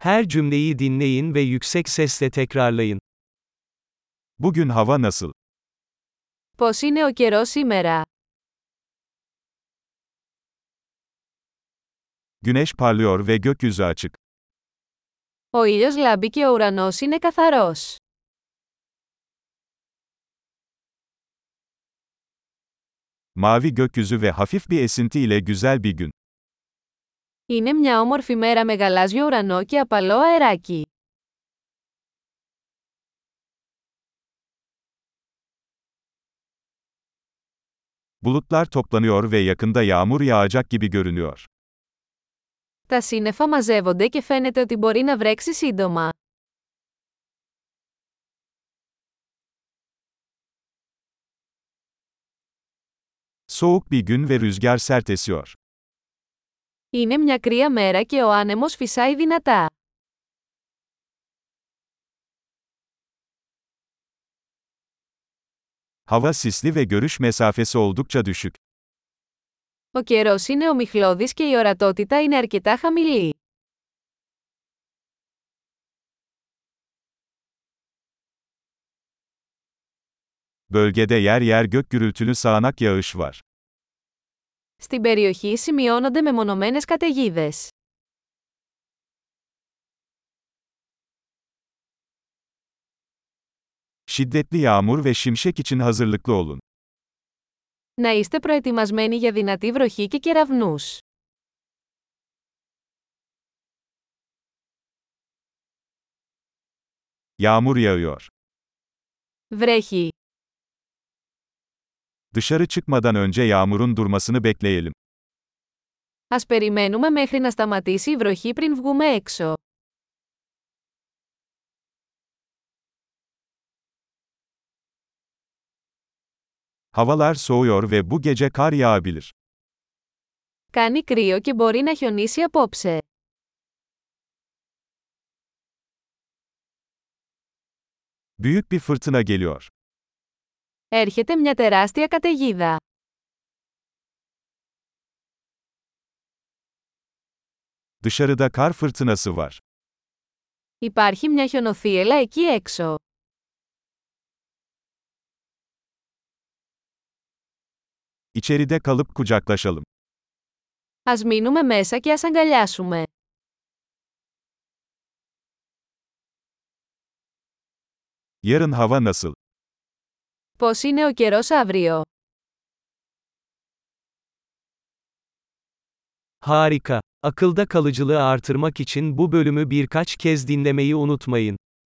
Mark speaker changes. Speaker 1: Her cümleyi dinleyin ve yüksek sesle tekrarlayın.
Speaker 2: Bugün hava nasıl?
Speaker 3: Πώς είναι ο καιρός σήμερα?
Speaker 2: Güneş parlıyor ve gökyüzü açık.
Speaker 3: Ο ήλιος λάμπει και ο ουρανός είναι καθαρός.
Speaker 2: Mavi gökyüzü ve hafif bir esinti ile güzel bir gün.
Speaker 3: Είναι μια όμορφη μέρα με γαλάζιο ουρανό και απαλό αεράκι.
Speaker 2: Bulutlar toplanıyor ve yakında yağmur yağacak gibi görünüyor.
Speaker 3: Τα σύννεφα μαζεύονται και φαίνεται ότι μπορεί να βρέξει σύντομα.
Speaker 2: Soğuk bir gün ve rüzgar sert esiyor.
Speaker 3: Είναι μια κρύα μέρα και ο άνεμος φυσάει δυνατά.
Speaker 2: Hava sisli ve görüş mesafesi oldukça düşük.
Speaker 3: Ο καιρός είναι ομιχλώδης και η ορατότητα είναι αρκετά χαμηλή.
Speaker 2: Bölgede yer yer gök gürültülü sağanak yağış var.
Speaker 3: Στην περιοχή σημειώνονται μεμονωμένες καταιγίδες.
Speaker 2: Şiddetli yağmur ve şimşek için hazırlıklı olun.
Speaker 3: Να είστε προετοιμασμένοι για δυνατή βροχή και κεραυνούς.
Speaker 2: Yağmur yağıyor.
Speaker 3: Βρέχει.
Speaker 2: Dışarı çıkmadan önce yağmurun durmasını bekleyelim.
Speaker 3: Ας περιμένουμε μέχρι να σταματήσει η βροχή πριν βγούμε έξω.
Speaker 2: Havalar soğuyor ve bu gece kar yağabilir.
Speaker 3: Κάνει κρύο και μπορεί να χιονίσει απόψε.
Speaker 2: Büyük bir fırtına geliyor.
Speaker 3: Έρχεται μια τεράστια καταιγίδα.
Speaker 2: Dışarıda kar fırtınası var.
Speaker 3: Υπάρχει μια χιονοθύελα εκεί έξω.
Speaker 2: İçeride kalıp kucaklaşalım.
Speaker 3: Ας μείνουμε μέσα και ας αγκαλιάσουμε.
Speaker 2: Yarın hava nasıl?
Speaker 3: Πώς είναι ο καιρός αύριο.
Speaker 1: Harika. Akılda kalıcılığı artırmak için bu bölümü birkaç kez dinlemeyi unutmayın.